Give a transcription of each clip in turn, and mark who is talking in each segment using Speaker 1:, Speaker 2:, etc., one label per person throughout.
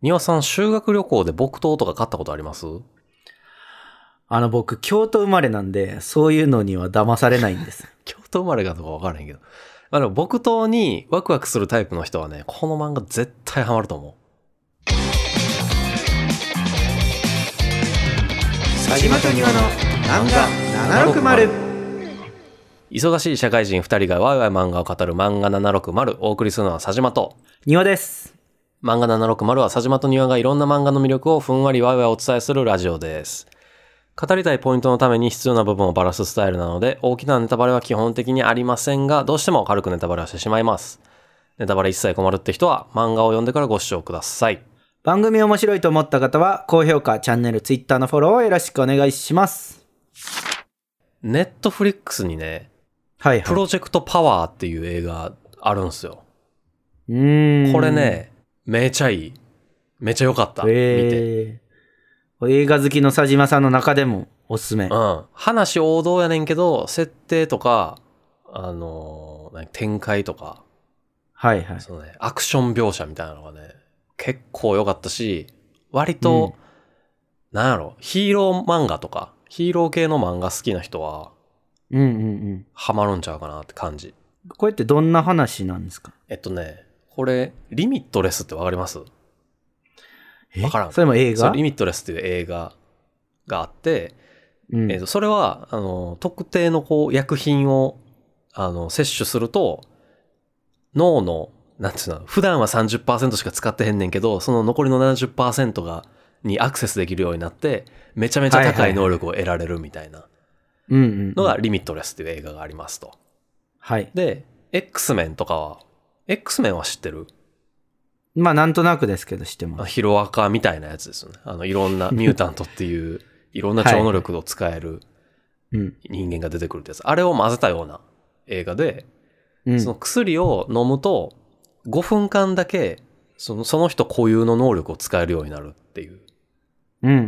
Speaker 1: 庭さん、修学旅行で木刀とか買ったことあります
Speaker 2: あの僕、京都生まれなんで、そういうのには騙されない んです。
Speaker 1: 京都生まれかとかわからへんけど。まあでも、木刀にワクワクするタイプの人はね、この漫画絶対ハマると思
Speaker 2: 佐島と庭の漫画760。
Speaker 1: う。忙しい社会人2人がワイワイ漫画を語る漫画760。お送りするのは佐島と。
Speaker 2: 庭です。
Speaker 1: 漫画760は佐島と庭がいろんな漫画の魅力をふんわりワイワイお伝えするラジオです。語りたいポイントのために必要な部分をバラすスタイルなので、大きなネタバレは基本的にありませんが、どうしても軽くネタバレはしてしまいます。ネタバレ一切困るって人は、漫画を読んでからご視聴ください。
Speaker 2: 番組面白いと思った方は、高評価、チャンネル、ツイッターのフォローをよろしくお願いします。
Speaker 1: ネットフリックスにね、
Speaker 2: はい、はい。
Speaker 1: プロジェクトパワーっていう映画あるんすよ。
Speaker 2: うーん。
Speaker 1: これ。ね、めちゃいい。めちゃ良かった。見て。
Speaker 2: えー、映画好きの佐島さんの中でもおすすめ。
Speaker 1: うん。話王道やねんけど、設定とか、あのー何展開とか、
Speaker 2: はいはい。
Speaker 1: そのね、アクション描写みたいなのがね、結構良かったし、割と、なんやろ、ヒーロー漫画とか、ヒーロー系の漫画好きな人は、
Speaker 2: うんうんうん。
Speaker 1: ハマるんちゃうかなって感じ。
Speaker 2: これってどんな話なんですか
Speaker 1: えっとね、これ、リミットレスってわかりますわからん
Speaker 2: それも映
Speaker 1: そ
Speaker 2: 画
Speaker 1: うリミットレスっていう映画があって、
Speaker 2: うん
Speaker 1: えーとそれはあの特定のこう薬品をあの摂取すると脳のなんていうの普段は30%しか使ってへんねんけどその残りの70%がにアクセスできるようになってめちゃめちゃ
Speaker 2: はいは
Speaker 1: 高
Speaker 2: いはいい
Speaker 1: 能力を得られるみたいな
Speaker 2: うんうんうん
Speaker 1: のが「リミットレス」っていう映画がありますと。
Speaker 2: はい。
Speaker 1: で X メンとかは X メンは知ってる
Speaker 2: まあ、なんとなくですけど、知って
Speaker 1: あ
Speaker 2: ます。
Speaker 1: ヒロアカみたいなやつですよね。あのいろんな ミュータントっていういろんな超能力を使える
Speaker 2: うん。
Speaker 1: 人間が出てくるってやつ。あれを混ぜたような映画で、
Speaker 2: うん。
Speaker 1: その薬を飲むと5分間だけそのその人固有の能力を使えるようになるっていう。
Speaker 2: うんうん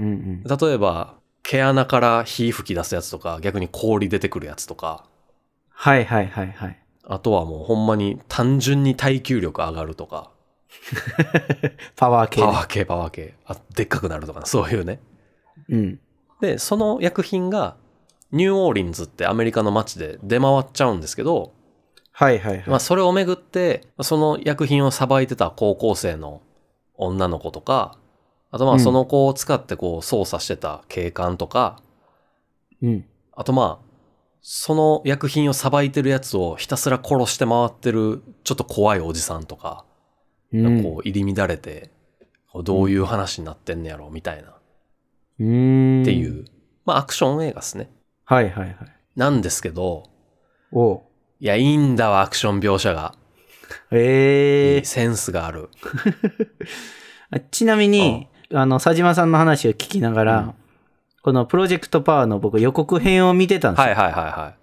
Speaker 2: うん。
Speaker 1: 例えば、毛穴から火吹き出すやつとか、逆に氷出てくるやつとか、
Speaker 2: はいはいはいはい。
Speaker 1: あとはもうほんまに単純に耐久力上がるとか、
Speaker 2: パワー系
Speaker 1: パ
Speaker 2: ね。
Speaker 1: ワー系パワー系、あでっかくなるとか、そういうね。
Speaker 2: うん。
Speaker 1: で、その薬品が、ニューオーリンズってアメリカの街で出回っちゃうんですけど、
Speaker 2: はいはいはい。
Speaker 1: まあ、それをめぐって、その薬品をさばいてた高校生の女の子とか、あとま
Speaker 2: う
Speaker 1: あ
Speaker 2: ん
Speaker 1: その子を使ってこう操作してた警官とか、
Speaker 2: うん。
Speaker 1: あとまあ、その薬品をさばいてるやつをひたすら殺して回ってるちょっと怖いおじさんとか、
Speaker 2: うん。
Speaker 1: こう入り乱れて、こうどういう話になってんねやろみたいな、っ
Speaker 2: うーん。
Speaker 1: ていう、。まあアクション映画ですね。
Speaker 2: はいはいはい。
Speaker 1: なんですけど、
Speaker 2: おう
Speaker 1: いや、いいんだわ、アクション描写が。
Speaker 2: ええ
Speaker 1: センスがある。
Speaker 2: あちなみに、あの、佐島さんの話を聞きながら、
Speaker 1: うん
Speaker 2: このプロジェクトパワーの僕予告編を見てたんです
Speaker 1: はい
Speaker 2: よ。
Speaker 1: はいはいは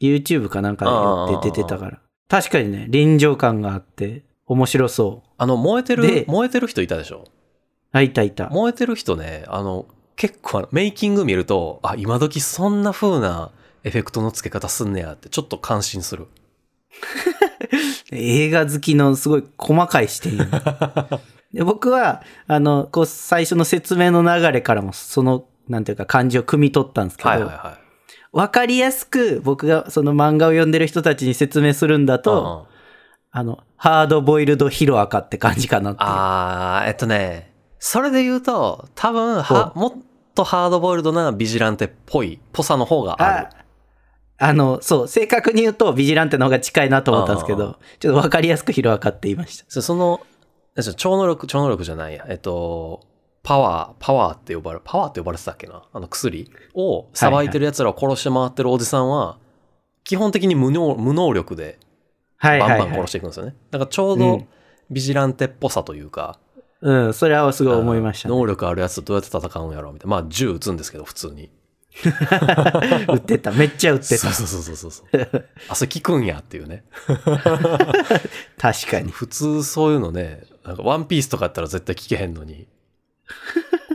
Speaker 1: い。
Speaker 2: YouTube かなんか
Speaker 1: ああ
Speaker 2: で出てたから。確かにね、臨場感があって、面白そ
Speaker 1: あの、燃えてる
Speaker 2: で、
Speaker 1: 燃えてる人いたでしょ
Speaker 2: う。あ、いたいた。
Speaker 1: 燃えてる人ね、あの、結構あの、メイキング見ると、あ、今時そんな風なエフェクトの付け方すんねやって、ちょっと感心する。
Speaker 2: 映画好きのすごい細かい 視点よねで僕は、あの、こう、最初の説明の流れからも、その、なんていうか、感じを汲み取ったんですけど、
Speaker 1: はいはいはい。
Speaker 2: わかりやすく僕がその漫画を読んでる人たちに説明するんだと、
Speaker 1: うんうん
Speaker 2: あの、ハードボイルドヒロアカって感じかなっていう。
Speaker 1: あー、えっとね、それで言うと、多分、は、もっとハードボイルドなビジランテっぽい、ぽさの方がある。
Speaker 2: ああの、そう、正確に言うとビジランテの方が近いなと思ったんですけ
Speaker 1: うんう
Speaker 2: ど、ちょっとわかりやすくヒロアカって言いました。
Speaker 1: そその、なんでしょう超能力、超能力じゃないや。えっと、パワー、パワーって呼ばれ、パワーって呼ばれてたっけなあの薬を、さばいてる奴らを殺して回ってるおじさんは、基本的に無能無能力で
Speaker 2: はいは
Speaker 1: バン
Speaker 2: い、
Speaker 1: バン
Speaker 2: は
Speaker 1: 殺
Speaker 2: い
Speaker 1: し。ていくんですよね。だからちょう
Speaker 2: う
Speaker 1: ど
Speaker 2: ん
Speaker 1: ビジランテっぽさというか、
Speaker 2: うん、それはすごい思いました、
Speaker 1: あの
Speaker 2: ね。
Speaker 1: 能力あるやつとどうやって戦うんやろうみたいな。まあ銃撃つんですけど、普通に。
Speaker 2: 打ってた。めっちゃ打って
Speaker 1: そ
Speaker 2: た
Speaker 1: う。そうそうそうそう。あ、それ効くんやっていうね。
Speaker 2: 確かに。
Speaker 1: 普通そういうのね、なんかワンピースとかやったら絶対効けへんの に、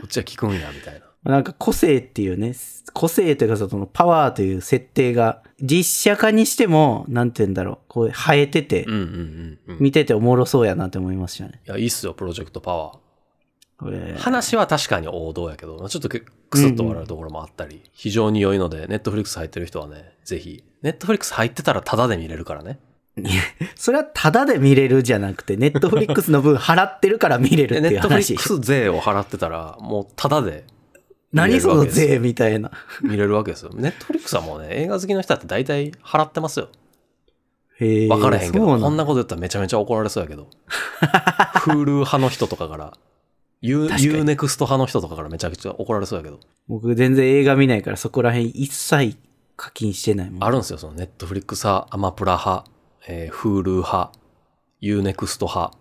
Speaker 1: こっちは効くんやみたいな。
Speaker 2: なんか個性っていうね、個性というかそのパワーという設定が実写化にしても、なんて言うんだろう、こう生えてて
Speaker 1: う、んうんうんうん。
Speaker 2: 見てておもろそうやなって思いましたね。
Speaker 1: いや、いいっすよ、プロジェクトパワー。
Speaker 2: えー
Speaker 1: 話は確かに王道やけど、まあちょっとくくすっと笑うところもあったり、非常に良いので、ネットフリックス入ってる人はね、ぜひ、ネットフリックス入ってたらタダで見れるからね。
Speaker 2: それはタダで見れるじゃなくて、ネットフリックスの分払ってるから見れ
Speaker 1: で
Speaker 2: る っ
Speaker 1: ネ
Speaker 2: ていう
Speaker 1: ットフリッ
Speaker 2: 話
Speaker 1: ク。ス税を払ってたら、もうタダで
Speaker 2: 何その税みた いな。
Speaker 1: 見れるわけですよ。 ネットフリックスはもうね、映画好きの人だって大体払ってますよ。
Speaker 2: へー
Speaker 1: 分からへんけど、
Speaker 2: そう
Speaker 1: こ
Speaker 2: なんんだ
Speaker 1: なこと言ったらめちゃめちゃ怒られそうや けど。フール派の人とかから、ユ
Speaker 2: 確かに
Speaker 1: ーネクスト派の人とかからめちゃくちゃ怒られそうやけど。
Speaker 2: 僕全然映画見ないからそこら辺一切課金してないもん。
Speaker 1: あるんですよ、そのネットフリックス派、アマプラ派、えー、フール派、ユーネクスト派。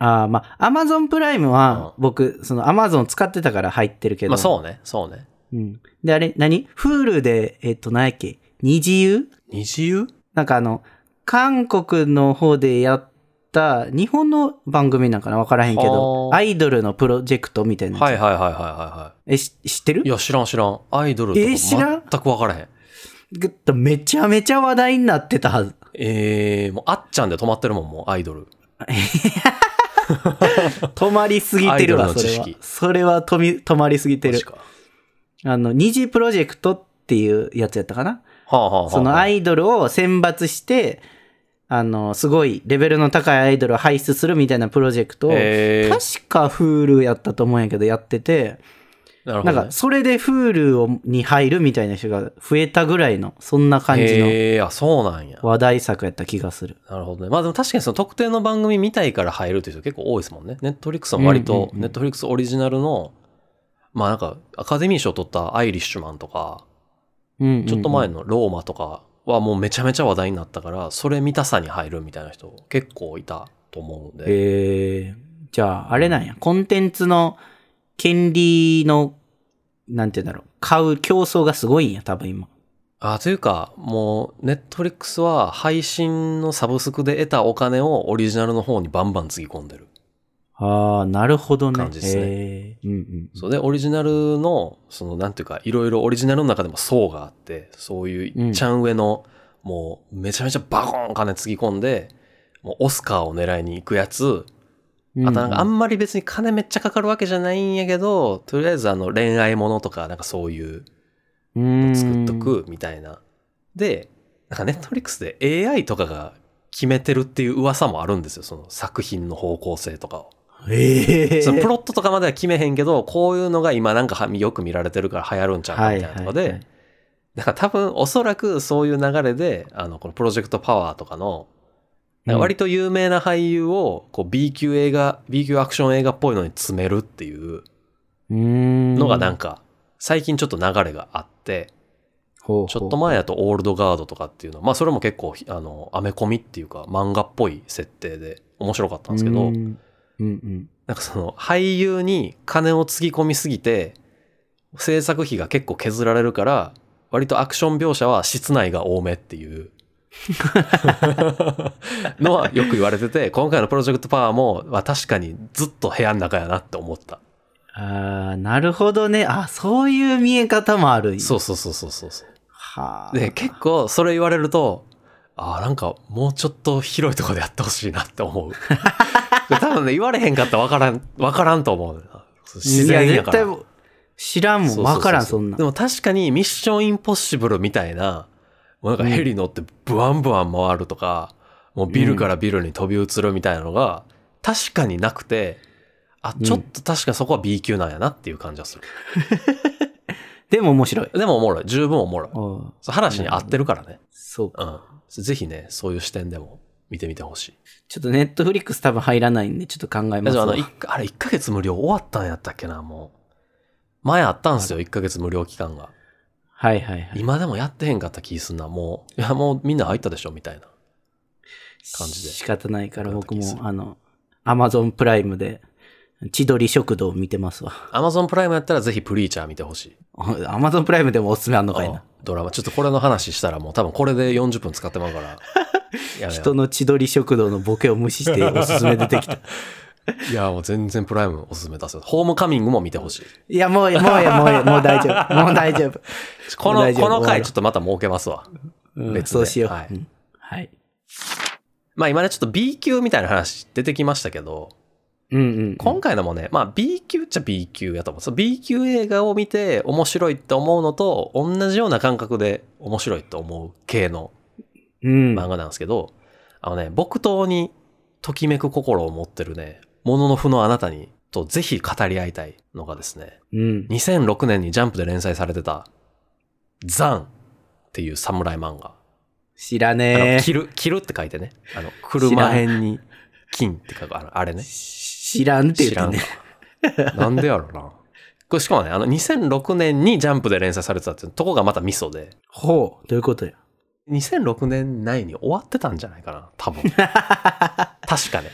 Speaker 2: ああ、まあ、アマゾンプライムは僕、そのアマゾン使ってたから入ってるけど。
Speaker 1: まあそうね、そうね。
Speaker 2: う。ん。で、あれ、何フールで、えっと、何やっけ二次優
Speaker 1: 二次優
Speaker 2: なんかあの、韓国の方でやった、日本の番組なんかなわからへんけど、
Speaker 1: はあ
Speaker 2: アイドルのプロジェクトみたいなやつ。
Speaker 1: はいはいはいはいはいは
Speaker 2: え、し知ってる
Speaker 1: い。いや、知らん知らん。アイドルと
Speaker 2: えー知ら
Speaker 1: か
Speaker 2: ん
Speaker 1: 全く分からへん。
Speaker 2: ぐっとめちゃめちゃ話題になってたはず。
Speaker 1: えー、もうあっちゃんで止まってるもん、もうアイドル。
Speaker 2: 止まりすぎてる
Speaker 1: ア
Speaker 2: わ、
Speaker 1: イド
Speaker 2: そ
Speaker 1: ルの
Speaker 2: れ
Speaker 1: 知
Speaker 2: は
Speaker 1: 識。
Speaker 2: それは止み止まりすぎてる
Speaker 1: マジ。か
Speaker 2: あの、二次プロジェクトっていうやつやったかな
Speaker 1: はあはあはあはあ、
Speaker 2: そのアイドルを選抜して、あの、すごいレベルの高いアイドルを輩出するみたいなプロジェクトを、
Speaker 1: えー、
Speaker 2: 確か Hulu やったと思うんやけど、やってて、
Speaker 1: なるほ
Speaker 2: な
Speaker 1: ど、
Speaker 2: ん
Speaker 1: ね。
Speaker 2: か、それで Hulu をに入るみたいな人が増えたぐらいの、そんな感じの
Speaker 1: えー、あ、そうなんや。
Speaker 2: 話題作やった気がする。
Speaker 1: なるほどね。まあでも確かにその特定の番組見たいから入るという人結構多いですもんね。ネットフリックスは割
Speaker 2: うんうん
Speaker 1: と、
Speaker 2: うん
Speaker 1: ネットフリックスオリジナルの、まあなんか、アカデミー賞取ったアイリッシュマンとか、
Speaker 2: うんうんうん
Speaker 1: ちょっと前のローマとかはもうめちゃめちゃ話題になったから、それ見たさに入るみたいな人結構いたと思うんで。
Speaker 2: えー、じゃあ、あれなんや、コンテンツの権利の、なんて言うんだろう、買う競争がすごいんや、多分今。
Speaker 1: あ、というか、もう、ネットフリックスは配信のサブスクで得たお金をオリジナルの方にバンバンつぎ込んでる。
Speaker 2: ああ、なるほどね。
Speaker 1: 感じっすね
Speaker 2: えーうんうん。
Speaker 1: そうで、オリジナルの、その、なんていうか、いろいろオリジナルの中でも層があって、そういう、いっちゃん上の、もう、めちゃめちゃバコーン金つぎ込んで、もう、オスカーを狙いに行くやつ、あとなんか、あ
Speaker 2: うん
Speaker 1: まり別に金めっちゃかかるわけじゃないんやけど、とりあえず、あの、恋愛ものとか、なんかそういう、
Speaker 2: うん、
Speaker 1: 作っとく、みたいな。で、なんか、ネットフリックスで AI とかが決めてるっていう噂もあるんですよ、その作品の方向性とかを。
Speaker 2: うん。ええー。
Speaker 1: そのプロットとかまでは決めへんけど、こういうのが今なんかはよく見られてるから流行るんちゃうかみたいなとか
Speaker 2: はいは
Speaker 1: で
Speaker 2: い、
Speaker 1: だから多分おそらくそういう流れで、あの、このプロジェクトパワーとかの、なんか割と有名な俳優をこう B 級映画、B 級アクション映画っぽいのに詰めるっていうの
Speaker 2: の
Speaker 1: がなん
Speaker 2: か、
Speaker 1: か、最近ちょっと流れがあって、
Speaker 2: ほうほう
Speaker 1: ちょっと前だとオールドガードとかっていうの、まあそれも結構、あの、アメコミっていうか漫画っぽい設定で面白かったんですけど、
Speaker 2: うんうんうん。
Speaker 1: なんかその俳優に金をつぎ込みすぎて制作費が結構削られるから割とアクション描写は室内が多めっていう のはよく言われてて今回のプロジェクトパワーも、まあ、確かにずっと部屋の中やなって思った
Speaker 2: ああ、なるほどね。あそういう見え方もあるんや。
Speaker 1: そうそうそうそうそうそう
Speaker 2: はあ。
Speaker 1: で結構それ言われるとあーなんかもうちょっと広いとこでやってほしいなって 思う多分ね言われへんかったら分からん分からんと思うねんな自然
Speaker 2: い
Speaker 1: や
Speaker 2: や
Speaker 1: か
Speaker 2: 絶
Speaker 1: ら
Speaker 2: 対知らんもん。わからん、そんなん
Speaker 1: で。も確かにミッションインポッシブルみたいな、もうなんかヘリ乗ってブワンブワン回るとか、もうビルからビルに飛び移るみたいなのが、確かになくて、あ、
Speaker 2: うん
Speaker 1: ちょっと確かそこは B 級なんやなっていう感じがする。
Speaker 2: でも面白い。
Speaker 1: でもおもろい。十分おもろい。
Speaker 2: おう
Speaker 1: そう話に合ってるからね。
Speaker 2: そうか。
Speaker 1: うん。ぜひね、そういう視点でも見てみてほしい。
Speaker 2: ちょっとネットフリックス多分入らないんで、ちょっと考えま
Speaker 1: ですもあ
Speaker 2: わ
Speaker 1: の、いあれ1ヶ月無料終わったんやったっけな、もう。前あったんすよ、1ヶ月無料期間が。
Speaker 2: はいはいはい。
Speaker 1: 今でもやってへんかった気すんな、もう。いや、もうみんな入ったでしょ、みたいな。感じで
Speaker 2: 仕方ないから僕
Speaker 1: わかった気す
Speaker 2: も、あの、アマゾンプライムで、千鳥食堂見てますわ。
Speaker 1: アマゾンプライムやったらぜひプリーチャー見てほしい。
Speaker 2: アマゾンプライムでもおすすめあんのかい
Speaker 1: あ
Speaker 2: な。
Speaker 1: ドラマ。ちょっとこれの話したらもう多分これで40分使ってまうから。い やいや
Speaker 2: 人の千鳥食堂のボケを無視しておすすめ出てきた。
Speaker 1: いやもう全然プライムおすすめ出すよ。ホームカミングも見てほしい。
Speaker 2: いや、もう、もう、もう、もう大丈 夫。もう大丈夫。
Speaker 1: この、
Speaker 2: 大丈夫
Speaker 1: この回ちょっとまた設けますわ。
Speaker 2: うん
Speaker 1: 別で
Speaker 2: そうしよう。
Speaker 1: はい
Speaker 2: うんはい。
Speaker 1: まあ今ねちょっと B 級みたいな話出てきましたけど、
Speaker 2: うんうん。
Speaker 1: 今回のもね、まあ B 級っちゃ B 級やと思う。その B 級映画を見て面白いって思うのと同じような感覚で面白いと思う系の
Speaker 2: うん。
Speaker 1: 漫画なんですけど、あのね、木刀にときめく心を持ってるね、もののふのあなたにとぜひ語り合いたいのがですね、
Speaker 2: うん。
Speaker 1: 2006年にジャンプで連載されてた、ザンっていう侍漫画。
Speaker 2: 知ら
Speaker 1: あの、
Speaker 2: ね
Speaker 1: 着る、着るって書いてね。あの、
Speaker 2: 知ら
Speaker 1: 車
Speaker 2: ん
Speaker 1: 辺に金って書く、あのあれね
Speaker 2: え。。知らんって
Speaker 1: 知
Speaker 2: 言
Speaker 1: ら
Speaker 2: うんてね。
Speaker 1: わなんでやろな。これしかもね、あの、2006年にジャンプで連載されてたっていうとこがまたミソで、
Speaker 2: ほう。どういうことや。
Speaker 1: 2006年内に終わってたんじゃないかな、 多分。確かね。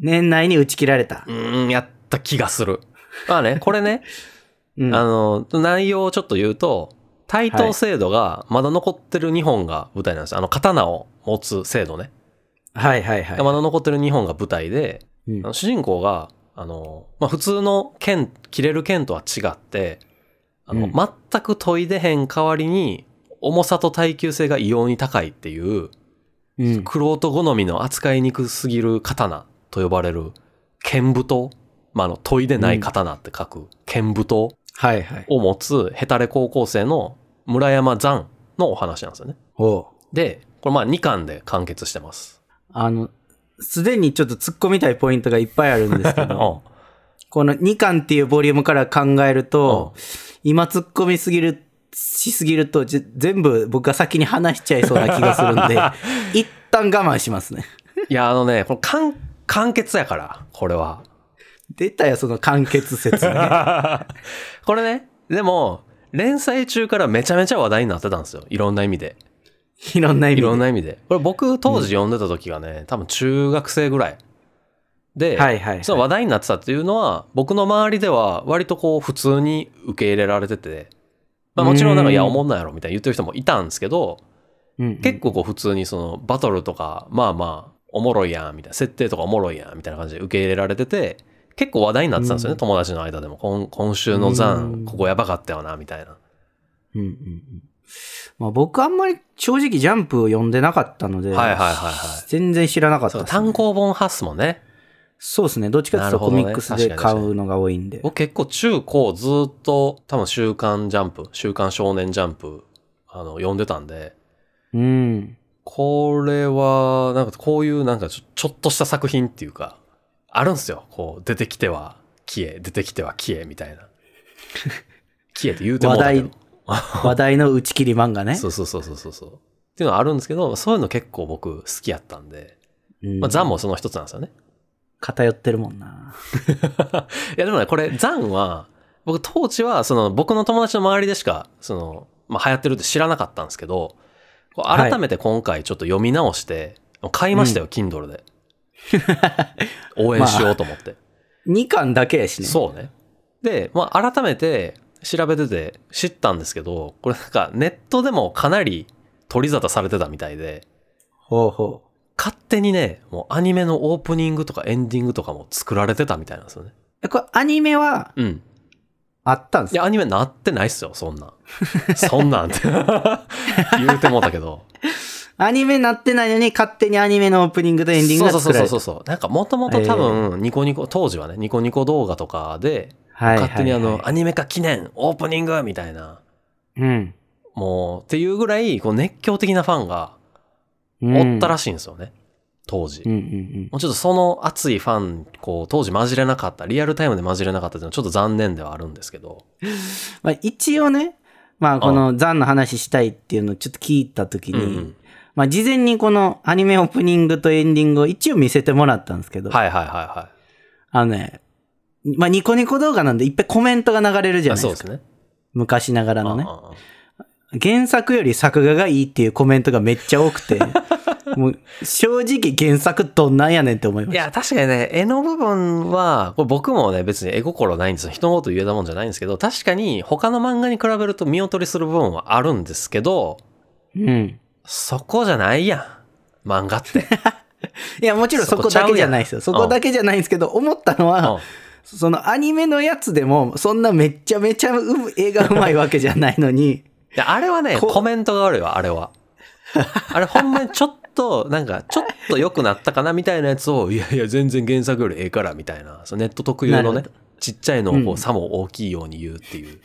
Speaker 2: 年内に打ち切られた
Speaker 1: う。ーん、やった気がする。まあね、これね、
Speaker 2: う
Speaker 1: あ
Speaker 2: ん。
Speaker 1: の、内容をちょっと言うと、対等制度がまだ残ってる日本が舞台なんですよ。あの、刀を持つ制度ね。
Speaker 2: はいはいはい
Speaker 1: が。まだ残ってる日本が舞台で、
Speaker 2: うん
Speaker 1: あの主人公が、あの、まあ、普通の剣、切れる剣とは違って、あの、
Speaker 2: うん
Speaker 1: 全く研いでへん代わりに、重さと耐久性が異様に高いっていう、
Speaker 2: うん。
Speaker 1: クロート好みの扱いにくすぎる刀と呼ばれる剣舞刀、まあ、あの研いでない刀って書く剣舞刀
Speaker 2: はいはい。
Speaker 1: を持つヘタレ高校生の村山山のお話なんですよね。
Speaker 2: ほう。
Speaker 1: で、これまあ2巻で完結してます。
Speaker 2: あの、すでにちょっと突っ込みたいポイントがいっぱいあるんですけど、この2巻っていうボリュームから考えると、今突っ込みすぎる、しすぎると、じ全部僕が先に話しちゃいそうな気がす るんで、一旦我慢しますね。
Speaker 1: いや、あのね、これ完完結やから、これは。
Speaker 2: 出たよ、その完結説 ね。
Speaker 1: これね、でも、連載中からめちゃめちゃ話題になってたんですよ。いろんな意味で。
Speaker 2: いろんな意
Speaker 1: い
Speaker 2: 味で。
Speaker 1: ろんな意味で。これ僕当時読んでた時がね、多分中学生ぐらい。で、
Speaker 2: はいはいはい
Speaker 1: その話題になってたっていうのは、僕の周りでは割とこう普通に受け入れられてて、まあもちろんなん
Speaker 2: う
Speaker 1: か、
Speaker 2: ん
Speaker 1: いや、おもんないやろみたいに言ってる人もいたんですけど、
Speaker 2: うんうん
Speaker 1: 結構こう普通にそのバトルとか、まあまあ、おもろいやん、みたいな、設定とかおもろいやん、みたいな感じで受け入れられてて、結構話題になってたんですよね、
Speaker 2: うん
Speaker 1: 友達の間でも。今今週のザ
Speaker 2: う
Speaker 1: ン、
Speaker 2: ん
Speaker 1: ここやばかったよな、みたいな。
Speaker 2: うんうんうんまあ、僕あんまり正直ジャンプを読んでなかったので、
Speaker 1: はいはいはいはい
Speaker 2: 全然知らなかった
Speaker 1: そう
Speaker 2: ですね
Speaker 1: 単行本発すもんね。
Speaker 2: そうですね。どっちかって
Speaker 1: なる
Speaker 2: いうと
Speaker 1: ほ
Speaker 2: コ
Speaker 1: どね
Speaker 2: ミックスで買うのが多いんで。
Speaker 1: 僕結構中高ずっと多分週刊ジャンプ、週刊少年ジャンプ、あの、読んでたんで、
Speaker 2: うん。
Speaker 1: これは、なんかこういうなんかちょちょっとした作品っていうか、あるんすよ。こう、出てきては消え、出てきては消え、みたいな。 消えって言うてもうたけど
Speaker 2: 話話題の打ち切り漫画ね。
Speaker 1: そうそうそうそうそうそう。っていうのはあるんですけど、そういうの結構僕好きやったんで、
Speaker 2: うん
Speaker 1: まあ、ザンもその一つなんですよね。
Speaker 2: 偏ってるもんな。
Speaker 1: いやでもね、これ、ザンは、僕当時は、その、僕の友達の周りでしか、その、まあ、流行ってるって知らなかったんですけど、こう
Speaker 2: はい
Speaker 1: 改めて今回ちょっと読み直して、買いましたよ、Kindle で。応援しようと思って。
Speaker 2: 2巻だけやしね。
Speaker 1: そうね。で、まあ、改めて調べてて知ったんですけど、これなんかネットでもかなり取り沙汰されてたみたいで、
Speaker 2: ほうほう。
Speaker 1: 勝手にね、もうアニメのオープニングとかエンディングとかも作られてたみたいなんですよね。
Speaker 2: えこれアニメは
Speaker 1: うん。
Speaker 2: あったんです
Speaker 1: い
Speaker 2: か
Speaker 1: や、アニメなってないっすよ、そんなん。そんなんって。 言うてもうたけど。
Speaker 2: アニメなってないのに勝手にアニメのオープニングとエンディン
Speaker 1: そ
Speaker 2: グ
Speaker 1: う
Speaker 2: が
Speaker 1: そうそ
Speaker 2: 作
Speaker 1: う
Speaker 2: ら
Speaker 1: そ
Speaker 2: れ
Speaker 1: う
Speaker 2: た
Speaker 1: そうそう。なんかもともと多分、ニコニコ、当時はね、ニコニコ動画とかで、
Speaker 2: はいはいはい
Speaker 1: 勝手にあの、アニメ化記念、オープニングみたいな、
Speaker 2: うん。
Speaker 1: もう、っていうぐらい、こう熱狂的なファンがおったらしいんですよね。当時。
Speaker 2: うん
Speaker 1: も
Speaker 2: うんうん。
Speaker 1: うちょっとその熱いファン、こう、当時混じれなかった、リアルタイムで混じれなかったっていうのはちょっと残念ではあるんですけど。
Speaker 2: まあ、一応ね、まあ、このザンの話したいっていうのをちょっと聞いたときに、
Speaker 1: うんうん
Speaker 2: まあ、事前にこのアニメオープニングとエンディングを一応見せてもらったんですけど、
Speaker 1: はいはいはいは
Speaker 2: あのね、まあ、ニコニコ動画なんでいっぱいコメントが流れるじ
Speaker 1: い。
Speaker 2: ゃ
Speaker 1: あ
Speaker 2: ないで
Speaker 1: そう
Speaker 2: す
Speaker 1: で
Speaker 2: か。
Speaker 1: すね。
Speaker 2: 昔ながらのね
Speaker 1: う。んうんうん
Speaker 2: 原作より作画がいいっていうコメントがめっちゃ多 くて、もう正直原作どんなんやねんって思いま
Speaker 1: い
Speaker 2: した。
Speaker 1: や、確かにね、絵の部分は、これ僕もね、別に絵心ないんですよ。人のこと言えたもんじゃないんですけど、確かに他の漫画に比べると見劣りする部分はあるんですけど、
Speaker 2: うん。
Speaker 1: そこじゃないやん。漫画 って。
Speaker 2: いや、もちろんそこだけじゃないですよ。
Speaker 1: そ
Speaker 2: そ
Speaker 1: こちゃうやん
Speaker 2: こだけじゃないんですけど、思ったのは、そのアニメのやつでも、そんなめちゃめちゃう絵がうまいわけ じゃないのに、
Speaker 1: いやあれはね、
Speaker 2: こ
Speaker 1: コメントが悪いわ、あれは。あれほんまにちょっと、なんか、ちょっと良くなったかなみたいなやつを、いやいや、全然原作よりええから、みたいな、そのネット特有の
Speaker 2: な
Speaker 1: ね
Speaker 2: るほ、
Speaker 1: ちっちゃいのをこ
Speaker 2: う
Speaker 1: う、
Speaker 2: ん
Speaker 1: さも大きいように言うって いう、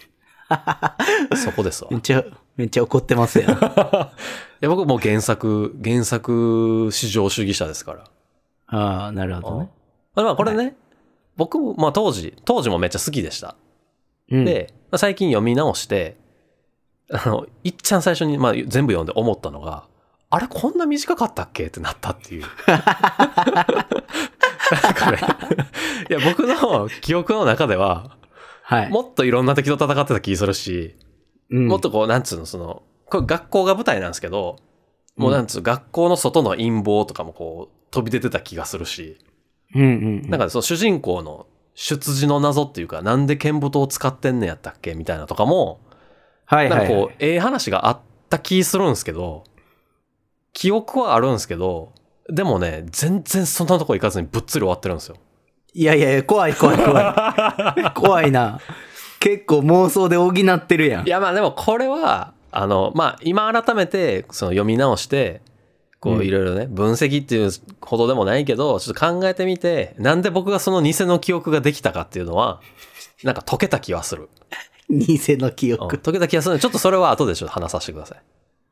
Speaker 1: そこですわ。
Speaker 2: めっ
Speaker 1: い
Speaker 2: ちゃ、めっちゃ怒ってますよ。 あ
Speaker 1: や、僕もう原作、原作至上主義者ですから。
Speaker 2: あ、なるほど
Speaker 1: ま
Speaker 2: ね。
Speaker 1: あ、まあこれね、僕も、まあ当時、当時もめっちゃ好きでした。
Speaker 2: うん、
Speaker 1: で、まあ最近読み直して、あの、いっちゃん最初に、まあ、全部読んで思ったのが、あれこんな短かったっけってなったっていう。 なんかね、いや、僕の記憶の中では、
Speaker 2: はい。
Speaker 1: もっといろんな敵と戦ってた気するし、
Speaker 2: うん
Speaker 1: もっとこう、なんつうの、その、これ学校が舞台なんですけど、もうなんつう、学校の外の陰謀とかもこう、飛び出てた気がするし、
Speaker 2: うんうん。
Speaker 1: なん
Speaker 2: か、
Speaker 1: かその主人公の出自の謎っていうか、なんで剣舞刀を使ってんねやったっけみたいなとかも、
Speaker 2: はい
Speaker 1: なん
Speaker 2: は
Speaker 1: か
Speaker 2: いはい、
Speaker 1: こう、ええ話があった気するんですけど、記憶はあるんですけど、でもね、全然そんなとこ行かずにぶっつり終わってるんですよ。
Speaker 2: いやいやいや、怖い怖い怖 い。怖いな。結構妄想で補ってるやん。
Speaker 1: いやまあでもこれは、あの、まあ今改めてその読み直して、こ
Speaker 2: う
Speaker 1: うんいろいろね、分析っていうほどでもないけど、ちょっと考えてみて、なんで僕がその偽の記憶ができたかっていうのは、なんか解けた気はする。
Speaker 2: 偽の記
Speaker 1: うん
Speaker 2: 憶。
Speaker 1: 解けた気がするので、ちょっとそれは後でちょっと話させてください。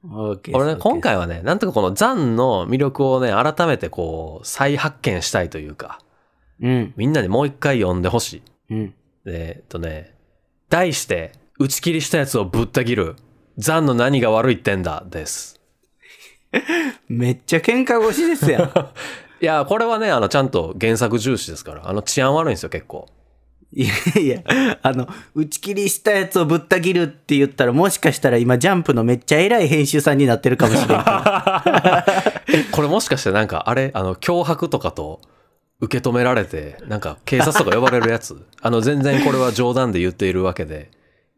Speaker 2: オーケー
Speaker 1: 俺ね、
Speaker 2: オーケー
Speaker 1: 今回はね、なんとかこのザンの魅力をね、改めてこう、再発見したいというか、
Speaker 2: うん。
Speaker 1: みんなにもう一回読んでほしい。
Speaker 2: うん。
Speaker 1: でえっとね、題して、打ち切りしたやつをぶった切る、ザンの何が悪いってんだ、です。
Speaker 2: めっちゃ喧嘩腰ですやん。
Speaker 1: いや、これはね、あの、ちゃんと原作重視ですから、あの、治安悪いんですよ、結構。
Speaker 2: いやいや、あの、打ち切りしたやつをぶった切るって言ったら、もしかしたら今、ジャンプのめっちゃ偉い編集さんになってるかもしれん から。
Speaker 1: これもしかしてなんか、あれ、あの、脅迫とかと、受け止められて、なんか、警察とか呼ばれるやつ。あの、全然これは冗談で言っているわけで、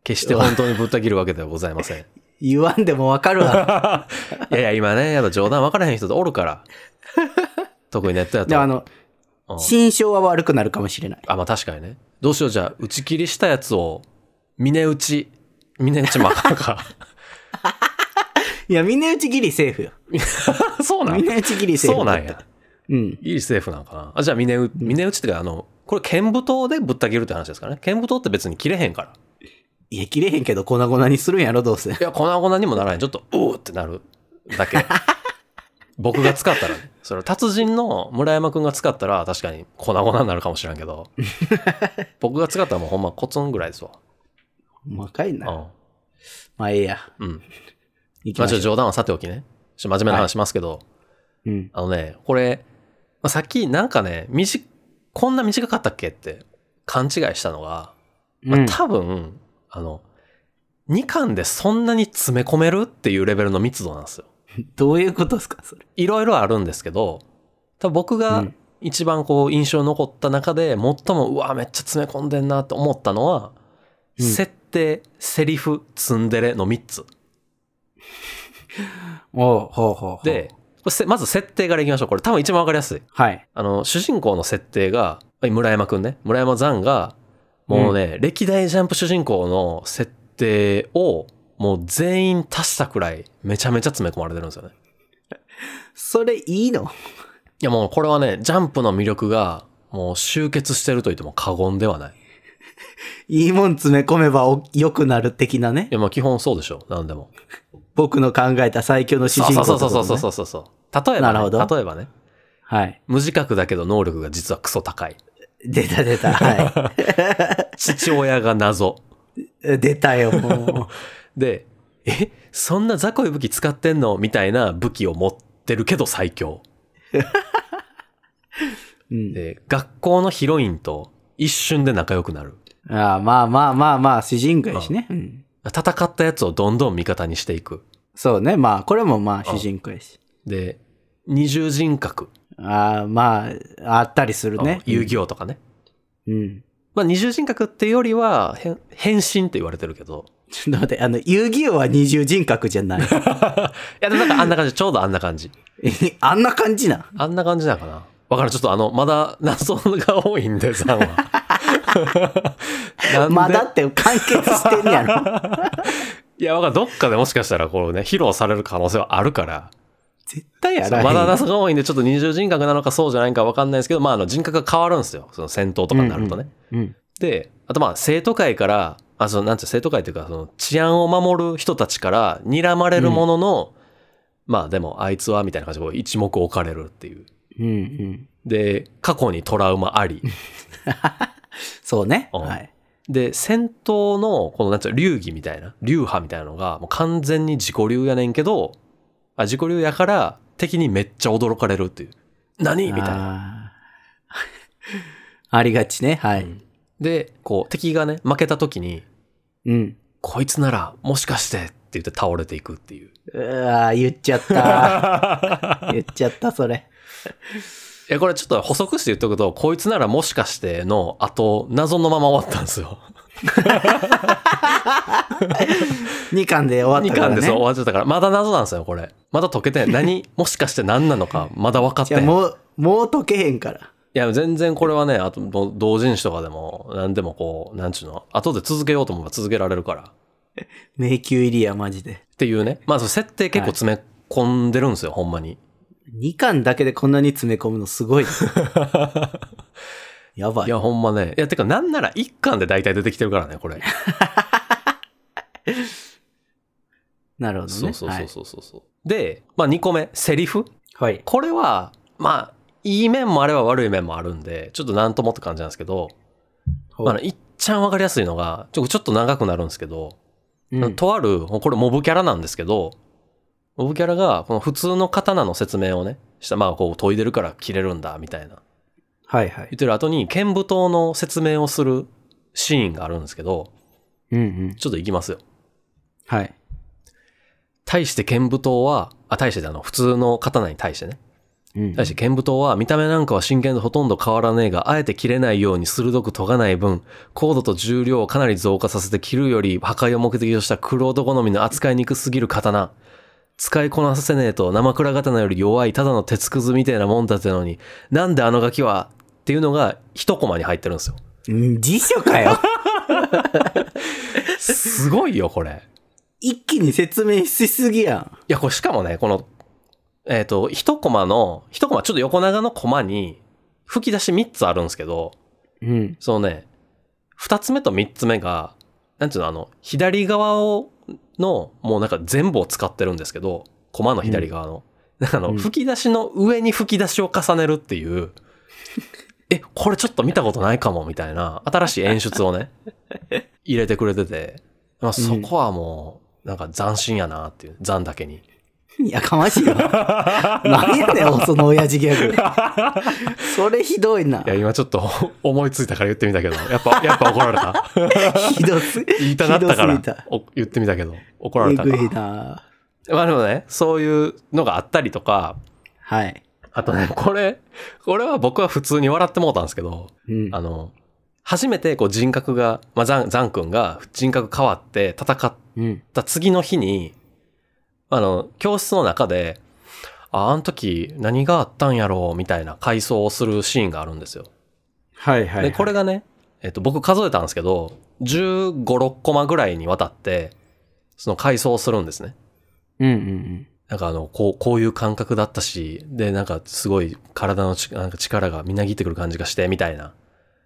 Speaker 1: 決して本当にぶった切るわけではございません。
Speaker 2: 言わんでもわかる わ。
Speaker 1: いやいや、今ね、やっぱ冗談分からへん人おるから。特にネットや
Speaker 2: で
Speaker 1: と。
Speaker 2: も
Speaker 1: あ
Speaker 2: あの
Speaker 1: う、ん
Speaker 2: 心象は悪くなるかもしれない。
Speaker 1: まあ確かにね。どうしよう、じゃあ、打ち切りしたやつを、峰打ち、峰打ちまかんか。
Speaker 2: いや、峰打ち切りセーフよ。
Speaker 1: そうなん
Speaker 2: 峰打ち切りセーフ。
Speaker 1: そうなんや。
Speaker 2: うん。
Speaker 1: いいセーフなんかな。あ、じゃあ峰打、峰打ちってか、あの、これ剣舞刀でぶった切るって話ですからね。剣舞刀って別に切れへんから。
Speaker 2: いや、切れへんけど、粉々にするんやろ、どうせ。
Speaker 1: いや、粉々にもならへん。ちょっと、うーってなるだけ。 僕が使ったらね。それ、達人の村山くんが使ったら、確かに粉々になるかもしれんけ ど、僕が使ったらもうほんまコツンぐらいですわ。
Speaker 2: 細かいうな。
Speaker 1: ん。
Speaker 2: まあ、ええや。
Speaker 1: うん。
Speaker 2: 行き
Speaker 1: まあ
Speaker 2: ま
Speaker 1: ち
Speaker 2: し
Speaker 1: ょ
Speaker 2: ょ
Speaker 1: っと。冗
Speaker 2: う
Speaker 1: 談はさておきね。ちょっと真面目な話しますけど、
Speaker 2: うん。
Speaker 1: あのね、これ、まあ、さっきなんかね、みじこんな短かったっけって勘違いしたのが、ま
Speaker 2: う
Speaker 1: あ、
Speaker 2: ん
Speaker 1: 多分、あの、2巻でそんなに詰め込めるっていうレベルの密度なんですよ。
Speaker 2: どういうことですか、それ。
Speaker 1: いろいろあるんですけど、多分僕
Speaker 2: う
Speaker 1: が
Speaker 2: ん
Speaker 1: 一番こう印象に残った中で、最もうわ、めっちゃ詰め込んでんなと思ったのは、
Speaker 2: うん
Speaker 1: 設定、セリフ、ツンデレの3つ。
Speaker 2: おうほうほうほう。
Speaker 1: で、これせまず設定からいきましょう。これ多分一番わかりやすい。
Speaker 2: はい。
Speaker 1: あの、主人公の設定が、村山くんね、村山ザンが、もうね、歴代ジャンプ主人公の設定を、もう全員足したくらい、めちゃめちゃ詰め込まれてるんですよね。
Speaker 2: それいいの
Speaker 1: いやもうこれはね、ジャンプの魅力が、もう集結してると言っても過言ではない。い
Speaker 2: いいもん詰め込めばお良くなる的なね。
Speaker 1: やまあ基本そうでしょ、何でも。
Speaker 2: 僕の考えた最強の主
Speaker 1: そう
Speaker 2: 人公
Speaker 1: そう
Speaker 2: って
Speaker 1: そう
Speaker 2: ことね
Speaker 1: そうそうそうそうそう。例えば、ね、
Speaker 2: なるほど
Speaker 1: 例えばね、
Speaker 2: はい。
Speaker 1: 無自覚だけど能力が実はクソ高い。
Speaker 2: 出た出た。は
Speaker 1: 父親が謎。
Speaker 2: い。出たよ、も
Speaker 1: で、え、そんな雑魚い武器使ってんのみたいな武器を持ってるけど最強。
Speaker 2: う。うん、
Speaker 1: で、学校のヒロインと一瞬で仲良くなる。
Speaker 2: ああまあまあまあまあ、主人公やしね。うん、
Speaker 1: 戦ったやつをどんどん味方にしていく。
Speaker 2: そうね。まあ、これもまあ、主人公やし。
Speaker 1: で、二重人格。
Speaker 2: ああまあ、あったりするね。
Speaker 1: 遊戯王とかね。
Speaker 2: うん。
Speaker 1: まあ、二重人格っていうよりは、へん変身って言われてるけど。
Speaker 2: ちょっと待って、あの、遊戯王は二重人格じ ゃない。
Speaker 1: いや、でもなんかあんな感じ、ちょうどあんな感じ。
Speaker 2: あんな感じな。
Speaker 1: あんな感じなのかなわかる。ちょっとあの、まだ謎が多いんで、さんは。なんで
Speaker 2: まだって完結してん やろ。
Speaker 1: いや、わかる。どっかでもしかしたら、こうね、披露される可能性はあるから、
Speaker 2: 絶対や
Speaker 1: そ
Speaker 2: らへ。
Speaker 1: うんまだ謎が多いんで、ちょっと二重人格なのかそうじゃないか分かんないですけど、まあ、あの人格が変わるんですよ。その戦闘とかになるとね。
Speaker 2: うんうん。
Speaker 1: で、あとまあ、生徒会から、あ、その、なんていうの生徒会というか、その、治安を守る人たちから睨まれるものの、まあ、でも、あいつは、みたいな感じでこう、一目置かれるっていう。
Speaker 2: うんうん。
Speaker 1: で、過去にトラウマあり。
Speaker 2: そうね。
Speaker 1: うん
Speaker 2: はい。
Speaker 1: で、戦闘の、この、なんていうの流儀みたいな、流派みたいなのが、もう完全に自己流やねんけど、あ、自己流やから、敵にめっちゃ驚かれるっていう。何みたいな。
Speaker 2: な。 ありがちね。は
Speaker 1: う
Speaker 2: い。
Speaker 1: んで、こう、敵がね、負けた時に、
Speaker 2: うん。
Speaker 1: こいつなら、もしかしてって言って倒れていくっていう。
Speaker 2: うわー言っちゃった。 言っちゃった、それ。
Speaker 1: いや、これちょっと補足して言っとくと、こいつならもしかしての後、謎のまま終わったんです よ。
Speaker 2: 2巻で終わ
Speaker 1: 2
Speaker 2: ったから
Speaker 1: 巻
Speaker 2: ね。
Speaker 1: でそう終わっちゃったから、まだ謎なんですよ、これ。まだ解けてない。何もしかして何なのか、まだ分かって
Speaker 2: じゃ
Speaker 1: な
Speaker 2: あ
Speaker 1: い。い
Speaker 2: もう、もう解けへんから。
Speaker 1: や、全然これはね、あと、もう同人誌とかでも、何でもこう、なんちゅうの、後で続けようと思えば続けられるから。
Speaker 2: 迷宮入りや、マジで。
Speaker 1: っていうね。まあ、その設定結構詰め込んでるんですよ、ほんまに。
Speaker 2: 2巻だけでこんなに詰め込むのすごい。 やば
Speaker 1: い
Speaker 2: い。
Speaker 1: や、ほんまね。いや、てか、なんなら1巻で大体出てきてるからね、これ。
Speaker 2: なるほど ね。
Speaker 1: そうそうそうそうそうそう。で、まあ、2個目、セリフ
Speaker 2: はい。はい。
Speaker 1: これは、まあ、いい面もあれば悪い面もあるんで、ちょっとなんともって感じなんですけど、まああの、いっちゃんわかりやすいのが、ちょちょっと長くなるんですけど、
Speaker 2: うん
Speaker 1: とある、これモブキャラなんですけど、モブキャラが、この普通の刀の説明をね、した、まあ、こう、研いでるから切れるんだ、みたいな。
Speaker 2: はいはい
Speaker 1: 言っ。てる後に、剣舞刀の説明をするシーンがあるんですけど、
Speaker 2: うんうん。
Speaker 1: ちょっといきますよ。
Speaker 2: はい。
Speaker 1: 対して剣舞刀は、あ、対してあの、普通の刀に対してね。
Speaker 2: うん
Speaker 1: 対して剣舞刀は見た目なんかは真剣とほとんど変わらねえが、あえて切れないように鋭く研がない分、高度と重量をかなり増加させて切るより破壊を目的とした黒男好みの扱いにくすぎる刀。使いこなせねえと生倉刀より弱いただの鉄くずみたいなもんだってのに、なんであのガキはっていうのが一コマに入ってるんですよ。
Speaker 2: うん辞書 かよ。
Speaker 1: すごいよ、これ。
Speaker 2: 一気に説明しすぎやん。
Speaker 1: いや、これしかもね、この、えっ、と、一コマの、一コマちょっと横長のコマに、吹き出し3つあるんですけど、
Speaker 2: うん。
Speaker 1: そのね、二つ目と三つ目が、なんていうの、あの、左側を、の、もうなんか全部を使ってるんですけど、コマの左側の。なんかあの、
Speaker 2: うん
Speaker 1: 吹き出しの上に吹き出しを重ねるって いう、え、これちょっと見たことないかも、みたいな、新しい演出をね、入れてくれてて、まあ、そこはもう、なんか斬新やなっていう、斬だけに。
Speaker 2: やかましいわ。 何やねん、その親父ギャグ。それひどいな。
Speaker 1: いや、今ちょっと 思いついたから言ってみたけど、やっぱ、やっぱ怒られ た。
Speaker 2: ひどす
Speaker 1: 言いたなったか
Speaker 2: ひどすぎ
Speaker 1: ら
Speaker 2: た、
Speaker 1: お言ってみたけど、怒られた
Speaker 2: え
Speaker 1: か
Speaker 2: ぐ
Speaker 1: ら
Speaker 2: いな。
Speaker 1: まあでもね、そういうのがあったりとか、
Speaker 2: はい。
Speaker 1: あとね、これ、これは僕は普通に笑ってもうたんですけど、
Speaker 2: うん
Speaker 1: あの、初めてこう人格が、まあザン、ザン君が人格変わって戦っ
Speaker 2: うん。
Speaker 1: た次の日に、あの、教室の中で、あ、あの時何があったんやろうみたいな回想をするシーンがあるんですよ。
Speaker 2: はいはいは
Speaker 1: で、
Speaker 2: い。
Speaker 1: これがね、えっと、僕数えたんですけど、15、6コマぐらいにわたって、その回想をするんですね。
Speaker 2: うんうんうん。
Speaker 1: なんかあの、こう、こういう感覚だったし、で、なんかすごい体のちなんか力がみなぎってくる感じがして、みたいな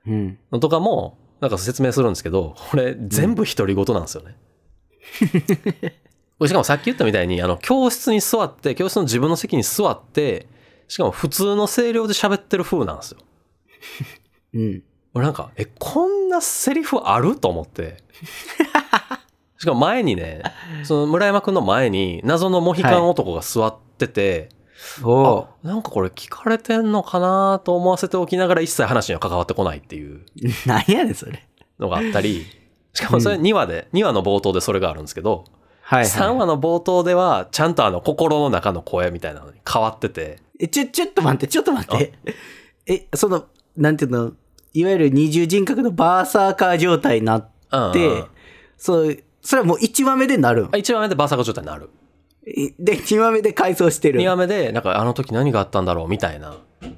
Speaker 2: うん。
Speaker 1: のとかも、なんか説明するんですけど、これ全部独り言なんですよね。これしかもさっき言ったみたいに、あの、教室に座って、教室の自分の席に座って、しかも普通の声量で喋ってる風なんですよ。
Speaker 2: うん。
Speaker 1: 俺なんか、え、こんなセリフあると思 って。しかも前にね、その村山くんの前に謎のモヒカン男が座ってて、
Speaker 2: おう
Speaker 1: あなんかこれ聞かれてんのかなと思わせておきながら一切話には関わってこないっていう
Speaker 2: 何やねん、それ。
Speaker 1: のがあった り、しかもそれ
Speaker 2: う
Speaker 1: 2話で、2話の冒頭でそれがあるんですけど、
Speaker 2: はい、
Speaker 1: 3話の冒頭ではちゃんとあの心の中の声みたいなのに変わってて、
Speaker 2: え、ちょ、ちょっと待って、ちょっと待って。え、その、なんていうの、いわゆる二重人格のバーサーカー状態になっ
Speaker 1: うん
Speaker 2: て、そう、それはもう1話目でなるん。
Speaker 1: 1話目でバーサーカー状態になる。
Speaker 2: えで、2話目で回想してる
Speaker 1: 2。話目で、なんかあの時何があったんだろうみたいな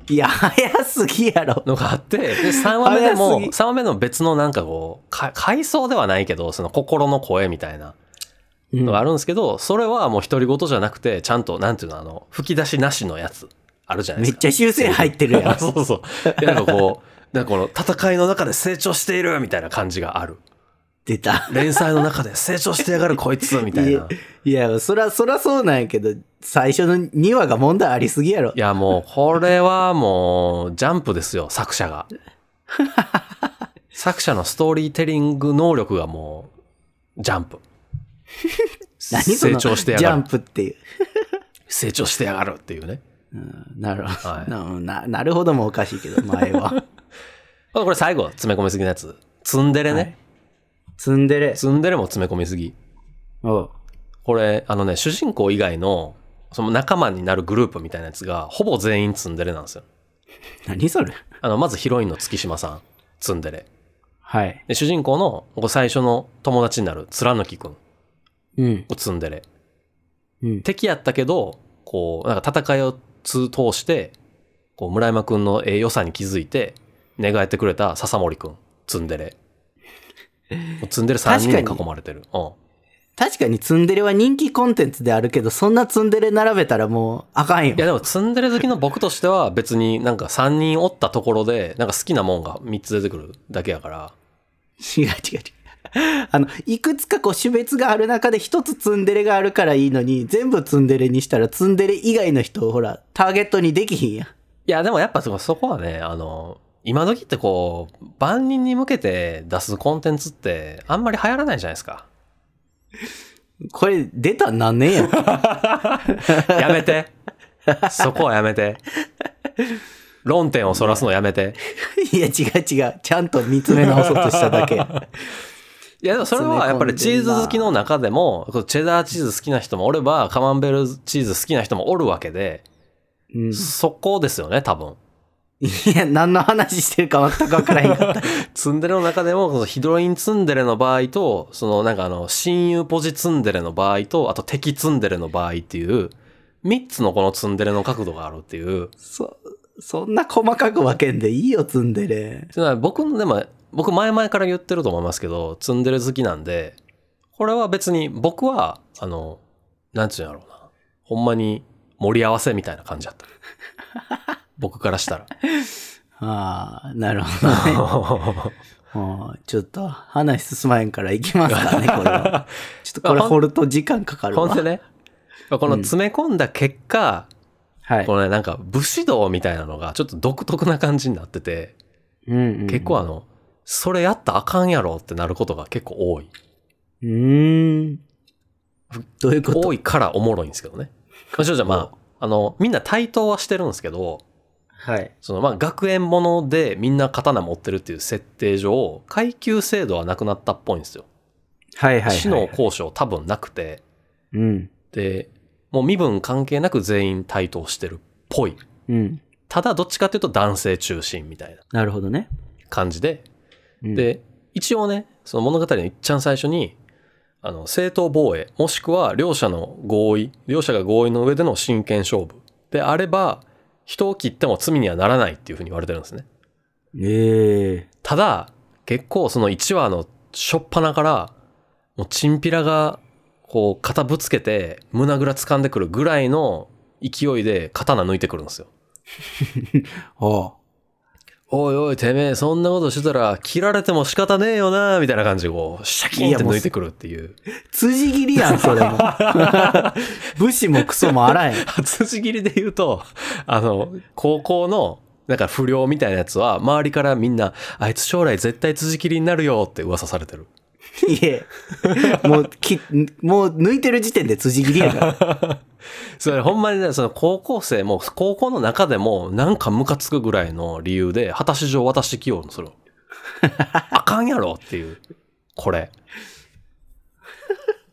Speaker 1: い
Speaker 2: や、早すぎやろ。
Speaker 1: のがあ って、で、3話目で
Speaker 2: 早
Speaker 1: も、
Speaker 2: すぎ
Speaker 1: 3話目の別のなんかこう、か回想ではないけど、その心の声みたいな
Speaker 2: うん
Speaker 1: のがあるんですけど、それはもう独り言じゃなくて、ちゃんと、なんていうの、あの、吹き出しなしのやつ、あるじゃない
Speaker 2: め
Speaker 1: で
Speaker 2: っ
Speaker 1: すか。
Speaker 2: ちゃ修正入ってるや ん。
Speaker 1: そうそう。でなんかこう、なんかこの戦いの中で成長しているみたいな感じがある。
Speaker 2: 出た。
Speaker 1: 連載の中で成長してやがるこいつみたいな。
Speaker 2: いや、そら、そらそうなんやけど、最初の2話が問題ありすぎやろ
Speaker 1: い。やもう、これはもう、ジャンプですよ、作者 が。作者のストーリーテリング能力がもう、ジャンプ。
Speaker 2: 何そ
Speaker 1: 成
Speaker 2: の
Speaker 1: 長してや
Speaker 2: ジャ
Speaker 1: が
Speaker 2: ン
Speaker 1: る。
Speaker 2: プっていう。
Speaker 1: 成長してやがるっていうね。
Speaker 2: うんなるほど、
Speaker 1: はい
Speaker 2: なな。なるほどもおかしいけど、前は。
Speaker 1: あこれ最後、詰め込みすぎのやつ。ツンデレね。
Speaker 2: はいツンデレ。
Speaker 1: ツンデレも詰め込みすぎ。
Speaker 2: おう
Speaker 1: これ、あのね、主人公以外の、その仲間になるグループみたいなやつが、ほぼ全員ツンデレなんですよ。
Speaker 2: 何それ
Speaker 1: あの、まずヒロインの月島さん、ツンデレ。
Speaker 2: はい。
Speaker 1: で、主人公の、こう最初の友達になる、貫きくん、
Speaker 2: うん。
Speaker 1: ツンデレ。
Speaker 2: うん。
Speaker 1: 敵やったけど、こう、なんか戦いを通通して、こう、村山くんのええ良さに気づいて、寝返ってくれた笹森くん、ツンデレ。もうツンデレ3人に
Speaker 2: 確かに
Speaker 1: 囲まれてる。うん。
Speaker 2: 確かにツンデレは人気コンテンツであるけど、そんなツンデレ並べたらもうあかんよ
Speaker 1: いや。でもツンデレ好きの僕としては別になんか3人おったところでなんか好きなもんが3つ出てくるだけやから
Speaker 2: 違う違う違う。あの、いくつかこう種別がある中で一つツンデレがあるからいいのに、全部ツンデレにしたらツンデレ以外の人をほら、ターゲットにできひんやん。
Speaker 1: いやでもやっぱそそこはねあの今時ってこう万人に向けて出すコンテンツってあんまり流行らないじゃないですか
Speaker 2: これ出たらなんねえやん。
Speaker 1: やめてそこはやめて論点をそらすのやめて
Speaker 2: いや違う違う。ちゃんと見つめ直そうとしただけ。
Speaker 1: いやでもそれはやっぱりチーズ好きの中でもこうチェダーチーズ好きな人もおればカマンベールチーズ好きな人もおるわけで
Speaker 2: うん、い
Speaker 1: そこですよね多分
Speaker 2: や、何の話してるか全くわからへんか った。
Speaker 1: ツンデレの中でも、そのヒドロインツンデレの場合と、そのなんかあの、親友ポジツンデレの場合と、あと敵ツンデレの場合っていう、3つのこのツンデレの角度があるっていう。
Speaker 2: そ、そんな細かく分けんでいいよ、ツンデレ。
Speaker 1: てな僕の、でも、僕前々から言ってると思いますけど、ツンデレ好きなんで、これは別に僕は、あの、なんちゅうんやろうな。ほんまに盛り合わせみたいな感じだっ た。僕からしたら。
Speaker 2: ああ、なるほど ね。もうちょっと話進まへんから行きますかね、これ は。ちょっとこれ掘ると時間かかる
Speaker 1: ほんで
Speaker 2: わ。
Speaker 1: ね、この詰め込んだ結果、
Speaker 2: はい。
Speaker 1: このね、なんか武士道みたいなのがちょっと独特な感じになってて、
Speaker 2: うんうんうん
Speaker 1: 結構あの、それやったらあかんやろってなることが結構 多い。
Speaker 2: うーん。どういうこと
Speaker 1: 多いからおもろいんですけどね。まあ、正直まあ、あの、みんな対等はしてるんですけど、
Speaker 2: はい。
Speaker 1: そのまあ学園ものでみんな刀持ってるっていう設定上、階級制度はなくなったっぽいんですよ。
Speaker 2: はいはいはい。
Speaker 1: 死の交渉多分なくて、
Speaker 2: うん。
Speaker 1: で、もう身分関係なく全員対等してるっぽい。
Speaker 2: うん。
Speaker 1: ただどっちかっていうと男性中心みたいな
Speaker 2: なるほどね。
Speaker 1: 感じで、
Speaker 2: うん、
Speaker 1: で、一応ね、その物語のいっちゃん最初に、あの、正当防衛、もしくは両者の合意、両者が合意の上での真剣勝負であれば、人を切っても罪にはならないっていうふうに言われてるんですね。
Speaker 2: ええ
Speaker 1: ただ、結構その1話の初っ端から、もうチンピラが、こう、肩ぶつけて、胸ぐら掴んでくるぐらいの勢いで刀抜いてくるんですよ。
Speaker 2: おう
Speaker 1: おいおい、てめえ、そんなことしてたら、切られても仕方ねえよな、みたいな感じで、こう、シャキーンって抜いてくるっていう。
Speaker 2: 辻切りやん、それ も。武士もクソもあらへ ん。
Speaker 1: 初仕切りで言うと、あの、高校の、なんか不良みたいなやつは、周りからみんな、あいつ将来絶対辻切りになるよって噂されてる。
Speaker 2: いえ。もう、き、もう抜いてる時点で辻切りやから。
Speaker 1: それほんまにね、その高校生も、高校の中でも、なんかムカつくぐらいの理由で、果たし状渡してきようの、それをあかんやろっていう。これ、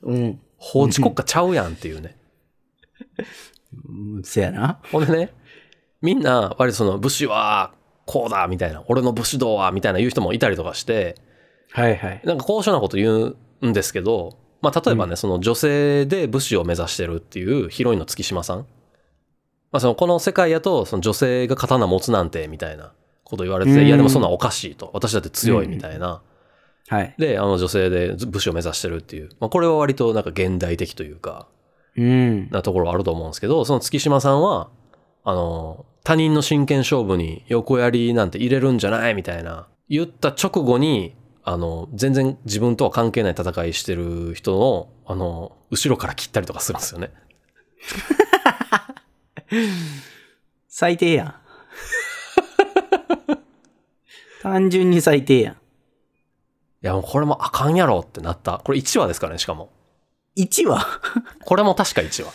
Speaker 2: うん。
Speaker 1: 法治国家ちゃうやんっていうね。
Speaker 2: うんせやな。
Speaker 1: ほんでね、みんな、割とその、武士は、こうだみたいな、俺の武士道は、みたいな言う人もいたりとかして、
Speaker 2: はいはい。
Speaker 1: なんか高尚なこと言うんですけど、まあ、例えばね、その女性で武士を目指してるっていうヒロインの月島さん。まあ、そのこの世界やと、その女性が刀持つなんてみたいなこと言われてて、
Speaker 2: うん
Speaker 1: いやでもそんなんおかしいと。私だって強いみたいな
Speaker 2: はい。
Speaker 1: で、あの女性でず武士を目指してるっていう。まあ、これは割となんか現代的というか、
Speaker 2: うん。
Speaker 1: なところあると思うんですけど、その月島さんは、あの、他人の真剣勝負に横やりなんて入れるんじゃないみたいな、言った直後に、あの、全然自分とは関係ない戦いしてる人の、あの、後ろから切ったりとかするんですよね。
Speaker 2: 最低 やん。単純に最低やん。
Speaker 1: いや、もうこれもあかんやろってなった。これ1話ですからね、しかも。
Speaker 2: 1話
Speaker 1: これも確か1話。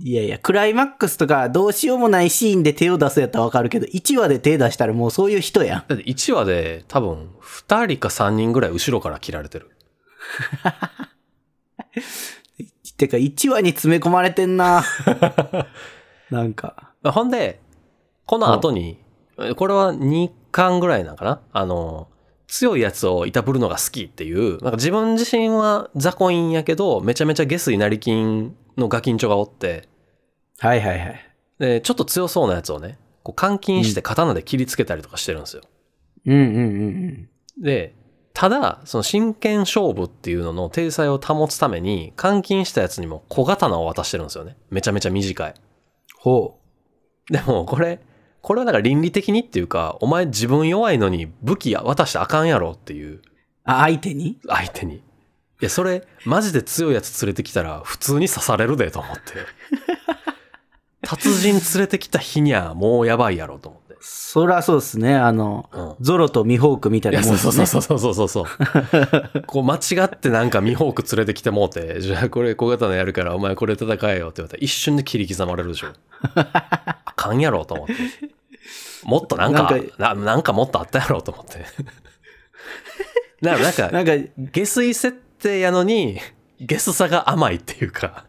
Speaker 2: いやいや、クライマックスとかどうしようもないシーンで手を出すやったらわかるけど、1話で手出したらもうそういう人やん。
Speaker 1: だって1話で多分2人か3人ぐらい後ろから切られてる。
Speaker 2: てか、1話に詰め込まれて んな。なんか。
Speaker 1: ほんで、この後に、えこれは2巻ぐらいなんかなあの、強いやつをいたぶるのが好きっていう、なんか自分自身は雑魚インやけど、めちゃめちゃ下水成金のガキンチョがおって、
Speaker 2: はいはいはい。
Speaker 1: で、ちょっと強そうなやつをね、こう監禁して刀で切りつけたりとかしてるんですよ。
Speaker 2: うんうんうん
Speaker 1: で、ただ、その真剣勝負っていうのの体裁を保つために、監禁したやつにも小刀を渡してるんですよね。めちゃめちゃ短い。
Speaker 2: ほ
Speaker 1: でも、これ、これはだから倫理的にっていうか、お前自分弱いのに武器渡してあかんやろっていう、
Speaker 2: う。あ、相手に
Speaker 1: 相手に。いや、それ、マジで強いやつ連れてきたら、普通に刺されるでと思って。達人連れてきた日にはもうやばいやろと思って。
Speaker 2: そらそうっすね。あの、
Speaker 1: うん
Speaker 2: ゾロとミホークみたい
Speaker 1: い
Speaker 2: な
Speaker 1: や、
Speaker 2: もん
Speaker 1: そう
Speaker 2: です
Speaker 1: そ
Speaker 2: ね。
Speaker 1: うそうそうそうそうそう。 こう間違ってなんかミホーク連れてきてもうて、じゃあこれ小刀やるからお前これ戦えよって言われたら一瞬で切り刻まれるでしょ。あかんやろと思って。もっとなんか、なんんか
Speaker 2: な
Speaker 1: なんかもっとあったやろと思って。だからなんか、
Speaker 2: なんか、
Speaker 1: 下水設定やのに、ゲスさが甘いっていう か。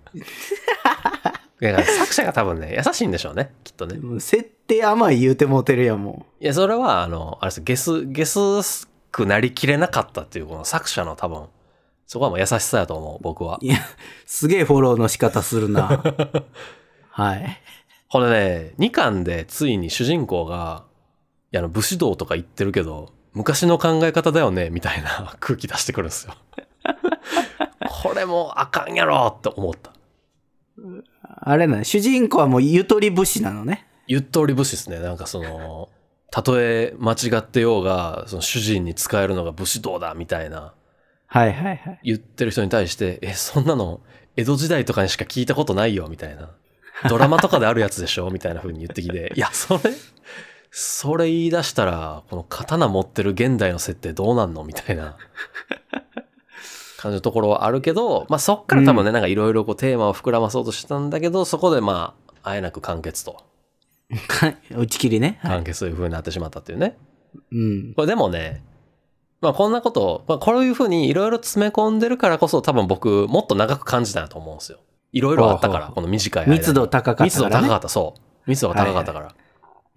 Speaker 1: だから作者が多分ね、優しいんでしょうね、きっとね。
Speaker 2: もう設定甘い言うてもうてるやん、も
Speaker 1: いや、それは、あの、あれです、ゲス、ゲスくなりきれなかったっていう、この作者の多分、そこはもう優しさやと思う、僕は
Speaker 2: う。。いや、すげえフォローの仕方す るな。はい。
Speaker 1: これね、2巻でついに主人公が、いや、あの、武士道とか言ってるけど、昔の考え方だよね、みたいな 空気出してくるんですよ。これもうあかんやろって思った。
Speaker 2: あれなの、主人公はもうゆとり武士なのね。
Speaker 1: 言っており武士ですね。なんかその、たとえ間違ってようが、その主人に使えるのが武士道だ、みたいな。
Speaker 2: はいはいはい。
Speaker 1: 言ってる人に対して、え、そんなの、江戸時代とかにしか聞いたことないよ、みたいな。ドラマとかであるやつでしょみ たいな風に言ってきて、いや、それ、それ言い出したら、この刀持ってる現代の設定どうなんのみたいな感じのところはあるけど、まあそっから多分ね、なんかいろいろこうテーマを膨らまそうとしたんだけど、そこでまあ、あえなく完結と、
Speaker 2: か 打ち切りね。はい。
Speaker 1: 完結という風になってしまったっていうね。
Speaker 2: うん。
Speaker 1: これでもね、まあこんなことを、まあこういうふうにいろいろ詰め込んでるからこそ多分僕もっと長く感じたんやと思うんですよ。いろいろあったか
Speaker 2: ほうほう
Speaker 1: ら、
Speaker 2: ほう
Speaker 1: この短い間に
Speaker 2: 密度高かった
Speaker 1: 密
Speaker 2: か
Speaker 1: 度
Speaker 2: ら、ね。
Speaker 1: 高かった、そう。密度が高かったから。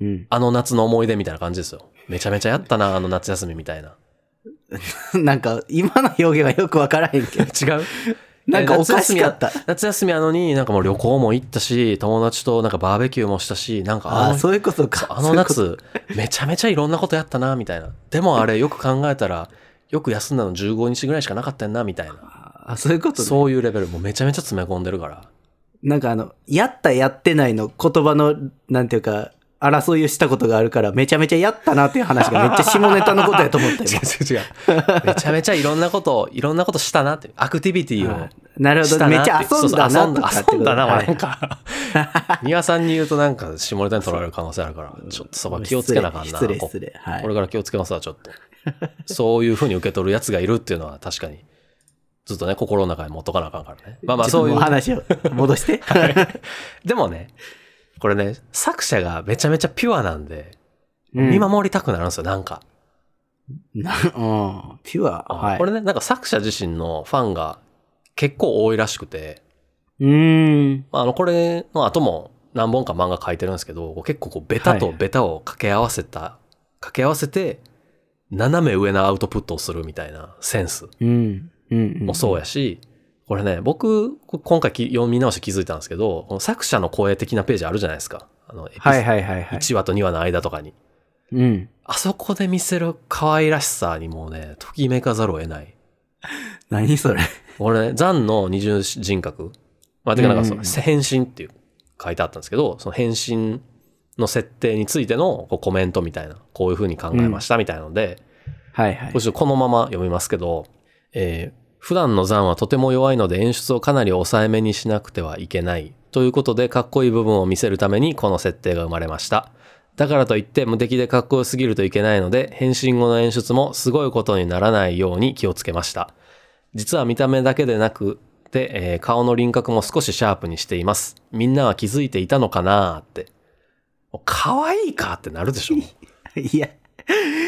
Speaker 2: うん。
Speaker 1: あの夏の思い出みたいな感じですよ。めちゃめちゃやったな、あの夏休みみたいな。
Speaker 2: なん か、今の表現はよくわからへ んけど。
Speaker 1: 違う
Speaker 2: なんかおかしかった。
Speaker 1: 夏休みやのになんかもう旅行も行ったし、友達となんかバーベキューもしたし、なんか
Speaker 2: あ
Speaker 1: あ
Speaker 2: あ、
Speaker 1: の
Speaker 2: そういうことか。
Speaker 1: あの
Speaker 2: そういう
Speaker 1: 夏、めちゃめちゃいろんなことやったな、みたいな。でもあれよく考えたら、よく休んだの15日ぐらいしかなかったよな、みたいな。
Speaker 2: ことあ、そういうことね
Speaker 1: そういうレベル、もうめちゃめちゃ詰め込んでるから。
Speaker 2: なんかあの、やったやってないの言葉の、なんていうか、争いをしたことがあるから、めちゃめちゃやったなっていう話がめっちゃ下ネタのことやと 思ったよ。
Speaker 1: 違う違う。めちゃめちゃいろんなことを、いろんなことしたなっていう、アクティビティを
Speaker 2: あ。なるほ
Speaker 1: し
Speaker 2: ど。
Speaker 1: た
Speaker 2: め
Speaker 1: な
Speaker 2: っちゃ
Speaker 1: ていう
Speaker 2: 遊んだ
Speaker 1: そう
Speaker 2: なとかって
Speaker 1: そう
Speaker 2: こと
Speaker 1: 遊んだな、
Speaker 2: は
Speaker 1: 俺ないんか。庭さんに言うとなんか下ネタに取られる可能性あるから、ちょっとそば気をつけなあかんな。
Speaker 2: 失礼、
Speaker 1: こ
Speaker 2: 失礼。はい
Speaker 1: これ。から気をつけますわ、ちょっと。そういうふうに受け取るやつがいるっていうのは確かに、ずっとね、心の中に持っとかなあかんからね。まあまあ
Speaker 2: ち
Speaker 1: そ
Speaker 2: ょっと
Speaker 1: うい
Speaker 2: も
Speaker 1: う。
Speaker 2: 話を戻して。
Speaker 1: でもね、これね、作者がめちゃめちゃピュアなんで、
Speaker 2: うん
Speaker 1: 見守りたくなるんですよ、なんか。
Speaker 2: なうん。ピュア。はい。
Speaker 1: これね、なんか作者自身のファンが結構多いらしくて、
Speaker 2: うーん。
Speaker 1: まあ、あの、これの後も何本か漫画書いてるんですけど、こう結構こう、ベタと
Speaker 2: はい
Speaker 1: ベタを掛け合わせた、掛け合わせて、斜め上のアウトプットをするみたいなセンス
Speaker 2: うん。うん。
Speaker 1: もそうやし、これね、僕、こ今回き読み直して気づいたんですけど、この作者の声的なページあるじゃないですか。あの、エピ
Speaker 2: はいはいはいはい。
Speaker 1: 1話と2話の間とかに。
Speaker 2: うん。
Speaker 1: あそこで見せる可愛らしさにもうね、ときめかざるを得ない。
Speaker 2: 何それ。
Speaker 1: 俺ね、ザンの二重人格。まあ、てかなんかそ
Speaker 2: うんう
Speaker 1: の、
Speaker 2: ん
Speaker 1: 変身っていう書いてあったんですけど、その変身の設定についてのこうコメントみたいな、こういう風に考えましたみたいなので、
Speaker 2: はいはい
Speaker 1: これ。ちょっとこのまま読みますけど、えー普段のザンはとても弱いので演出をかなり抑えめにしなくてはいけない。ということで、かっこいい部分を見せるためにこの設定が生まれました。だからといって無敵でかっこよすぎるといけないので、変身後の演出もすごいことにならないように気をつけました。実は見た目だけでなくて、えー顔の輪郭も少しシャープにしています。みんなは気づいていたのかなーって。もう可愛いかってなるでしょ。
Speaker 2: いや、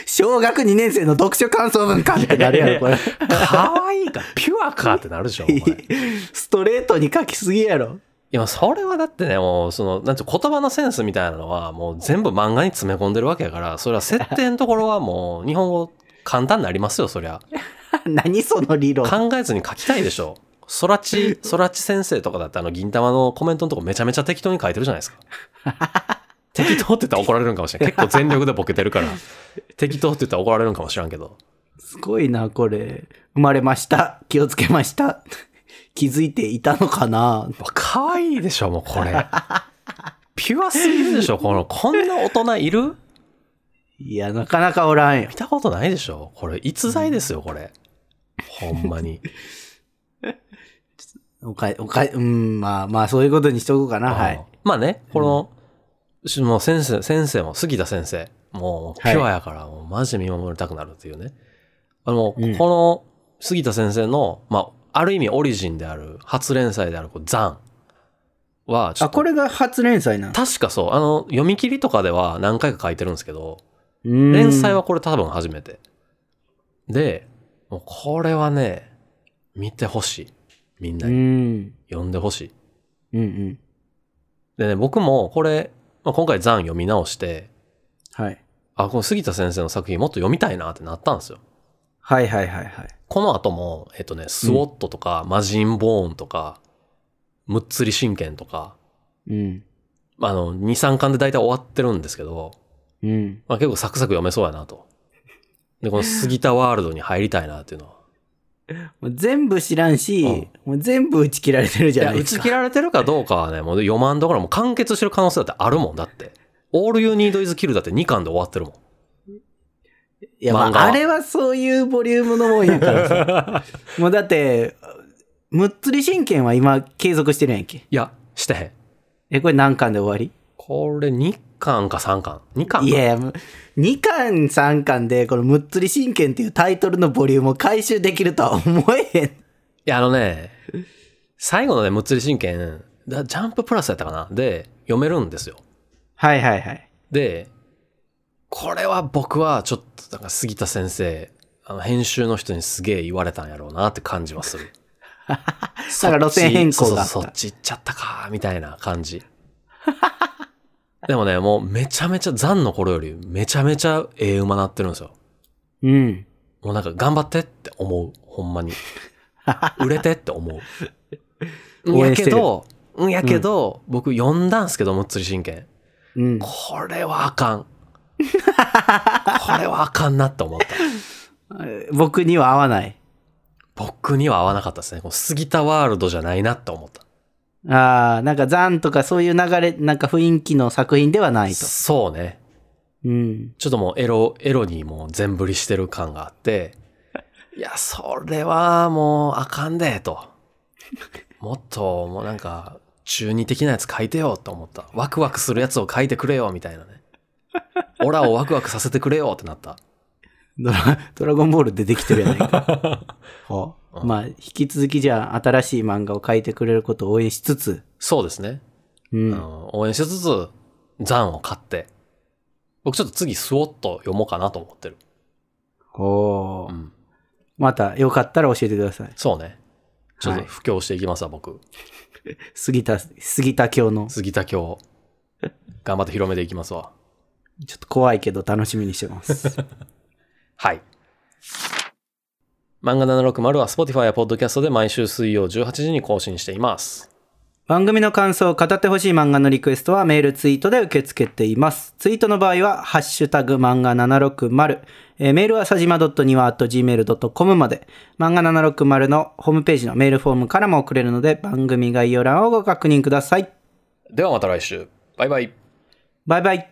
Speaker 2: 小学2年生の読書感想文かってなるやろ、これ。
Speaker 1: 可愛いか、ピュアかってなるでしょ、お前。
Speaker 2: ストレートに書きすぎやろ。
Speaker 1: いや、それはだってね、もう、その、なんていうの言葉のセンスみたいなのは、もう全部漫画に詰め込んでるわけやから、それは設定のところはもう、日本語簡単になりますよ、そりゃ。
Speaker 2: 何その理論。
Speaker 1: 考えずに書きたいでしょ。そらち、そらち先生とかだってあの、銀玉のコメントのとこめちゃめちゃ適当に書いてるじゃないですか。適当って言ったら怒られるんかもしれん。結構全力でボケてるから、適当って言ったら怒られるんかもしらんけど。
Speaker 2: すごいな、これ。生まれました。気をつけました。気づいていたのかな
Speaker 1: もう可愛いでしょ、もうこれ。ピュアすぎるでしょ、この、こんな大人いる
Speaker 2: いや、なかなかおらんよ
Speaker 1: 見。たことないでしょこれ逸材ですよこれ、ほんま に
Speaker 2: おかえ、おかえ、うん、まあまあ、そういうことにしとこうかな。は
Speaker 1: あ
Speaker 2: い
Speaker 1: の。まあねこの、しもう先生先生も杉田先生もうピ
Speaker 2: はい
Speaker 1: ュアやから、もうマジ見守りたくなるっていうねあの、
Speaker 2: うん
Speaker 1: この杉田先生のまあある意味オリジンである初連載であるこう「ザン」はちょ
Speaker 2: あ、
Speaker 1: っと
Speaker 2: これが初連載なの
Speaker 1: 確かそうあの読み切りとかでは何回か書いてるんですけど連
Speaker 2: 連
Speaker 1: 載はこれ多分初めて。で、もうこれはね、見てほしい。みん
Speaker 2: う
Speaker 1: なに
Speaker 2: ん。
Speaker 1: 読んでほしい。
Speaker 2: うんうん。
Speaker 1: でね、僕もこれ、まあ、今回ザン読み直して、
Speaker 2: はい。
Speaker 1: あ、この杉田先生の作品もっと読みたいなってなったんですよ。
Speaker 2: はいはいはいはい。
Speaker 1: この後も、えっとね、スウォットとか、マジンボーンとか、むっつり神剣とか、
Speaker 2: うん。
Speaker 1: まああの、2、3巻で大体終わってるんですけど、
Speaker 2: うん。
Speaker 1: まあ、結構サクサク読めそうやなと。で、この杉田ワールドに入りたいなっていうのは。
Speaker 2: もう全部知らんし、
Speaker 1: うん
Speaker 2: もう全部打ち切られてるじ
Speaker 1: い
Speaker 2: ゃ
Speaker 1: や、
Speaker 2: ない
Speaker 1: 打
Speaker 2: です
Speaker 1: ち
Speaker 2: か。
Speaker 1: 切られてるかどうかはね、もう読まんどころもう完結してる可能性だってあるもん、だって。All You Need Is Kill だって2巻で終わってるもん。
Speaker 2: いや、ま
Speaker 1: 漫画は
Speaker 2: あ、あれはそういうボリュームのもんやから さ。もうだって、むっつり神剣は今継続してるやんけ。
Speaker 1: いや、してへん。
Speaker 2: え、これ何巻で終わり
Speaker 1: これ2巻か3巻。2巻か。
Speaker 2: いやいや、もう2巻3巻でこのむっつり神剣っていうタイトルのボリュームを回収できるとは思えへん。
Speaker 1: いや、あのね、最後のね、むっつり真剣、だジャンププラスやったかなで、読めるんですよ。
Speaker 2: はいはいはい。
Speaker 1: で、これは僕はちょっと、なんか杉田先生、あの、編集の人にすげえ言われたんやろうなって感じはす る。
Speaker 2: だから路線変更があった
Speaker 1: そっちそうそうそっち行っちゃったかみたいな感じでもねもうめちゃめちゃザンの頃よりめちゃめちゃええ馬なってるんですよ
Speaker 2: うん。
Speaker 1: もうなんか頑張ってって思うほんま に売れてって思う
Speaker 2: 応
Speaker 1: や
Speaker 2: 援
Speaker 1: け
Speaker 2: してる
Speaker 1: どうんやけど、僕読んだんすけどもっつり真剣
Speaker 2: うん。
Speaker 1: これはあ かんこれはあかんなって思った
Speaker 2: 僕には合わない。
Speaker 1: 僕には合わなかったですねこの杉田ワールドじゃないなって思った
Speaker 2: ああ、なんか残とかそういう流れ、なんか雰囲気の作品ではないと。
Speaker 1: そうね
Speaker 2: うん。
Speaker 1: ちょっともうエロ、エロにもう全振りしてる感があ って、いや、それはもうあかんで、と。もっともうなんか、中二的なやつ書いてよと思った。ワクワクするやつを書いてくれよ、みたいなね。オラをワクワクさせてくれよってなった。
Speaker 2: ドラドラゴンボール出てきてるやないか。ほ
Speaker 1: う
Speaker 2: うんまあ、引き続きじゃあ新しい漫画を描いてくれることを応援しつつ、
Speaker 1: そうですね。
Speaker 2: う。
Speaker 1: うんん、応援しつつ、ザンを買って。僕ちょっと次、スウォット読もうかなと思ってる。
Speaker 2: お
Speaker 1: う
Speaker 2: ー
Speaker 1: ん。
Speaker 2: また、よかったら教えてください。
Speaker 1: そうね。ちょっと
Speaker 2: はい
Speaker 1: 布教していきますわ、僕。
Speaker 2: 杉田、杉田教の。
Speaker 1: 杉田京。頑張って広めていきますわ。
Speaker 2: ちょっと怖いけど楽しみにしてます。
Speaker 1: はい。漫画760は Spotify や Podcast で毎週水曜18時に更新しています。
Speaker 2: 番組の感想、語ってほしい漫画のリクエストはメール、ツイートで受け付けています。ツイートの場合は、ハッシュタグ漫画760、えーメールはさじま .niwa.gmail.com まで、漫画760のホームページのメールフォームからも送れるので、番組概要欄をご確認ください。
Speaker 1: ではまた来週。バイバイ。
Speaker 2: バイバイ。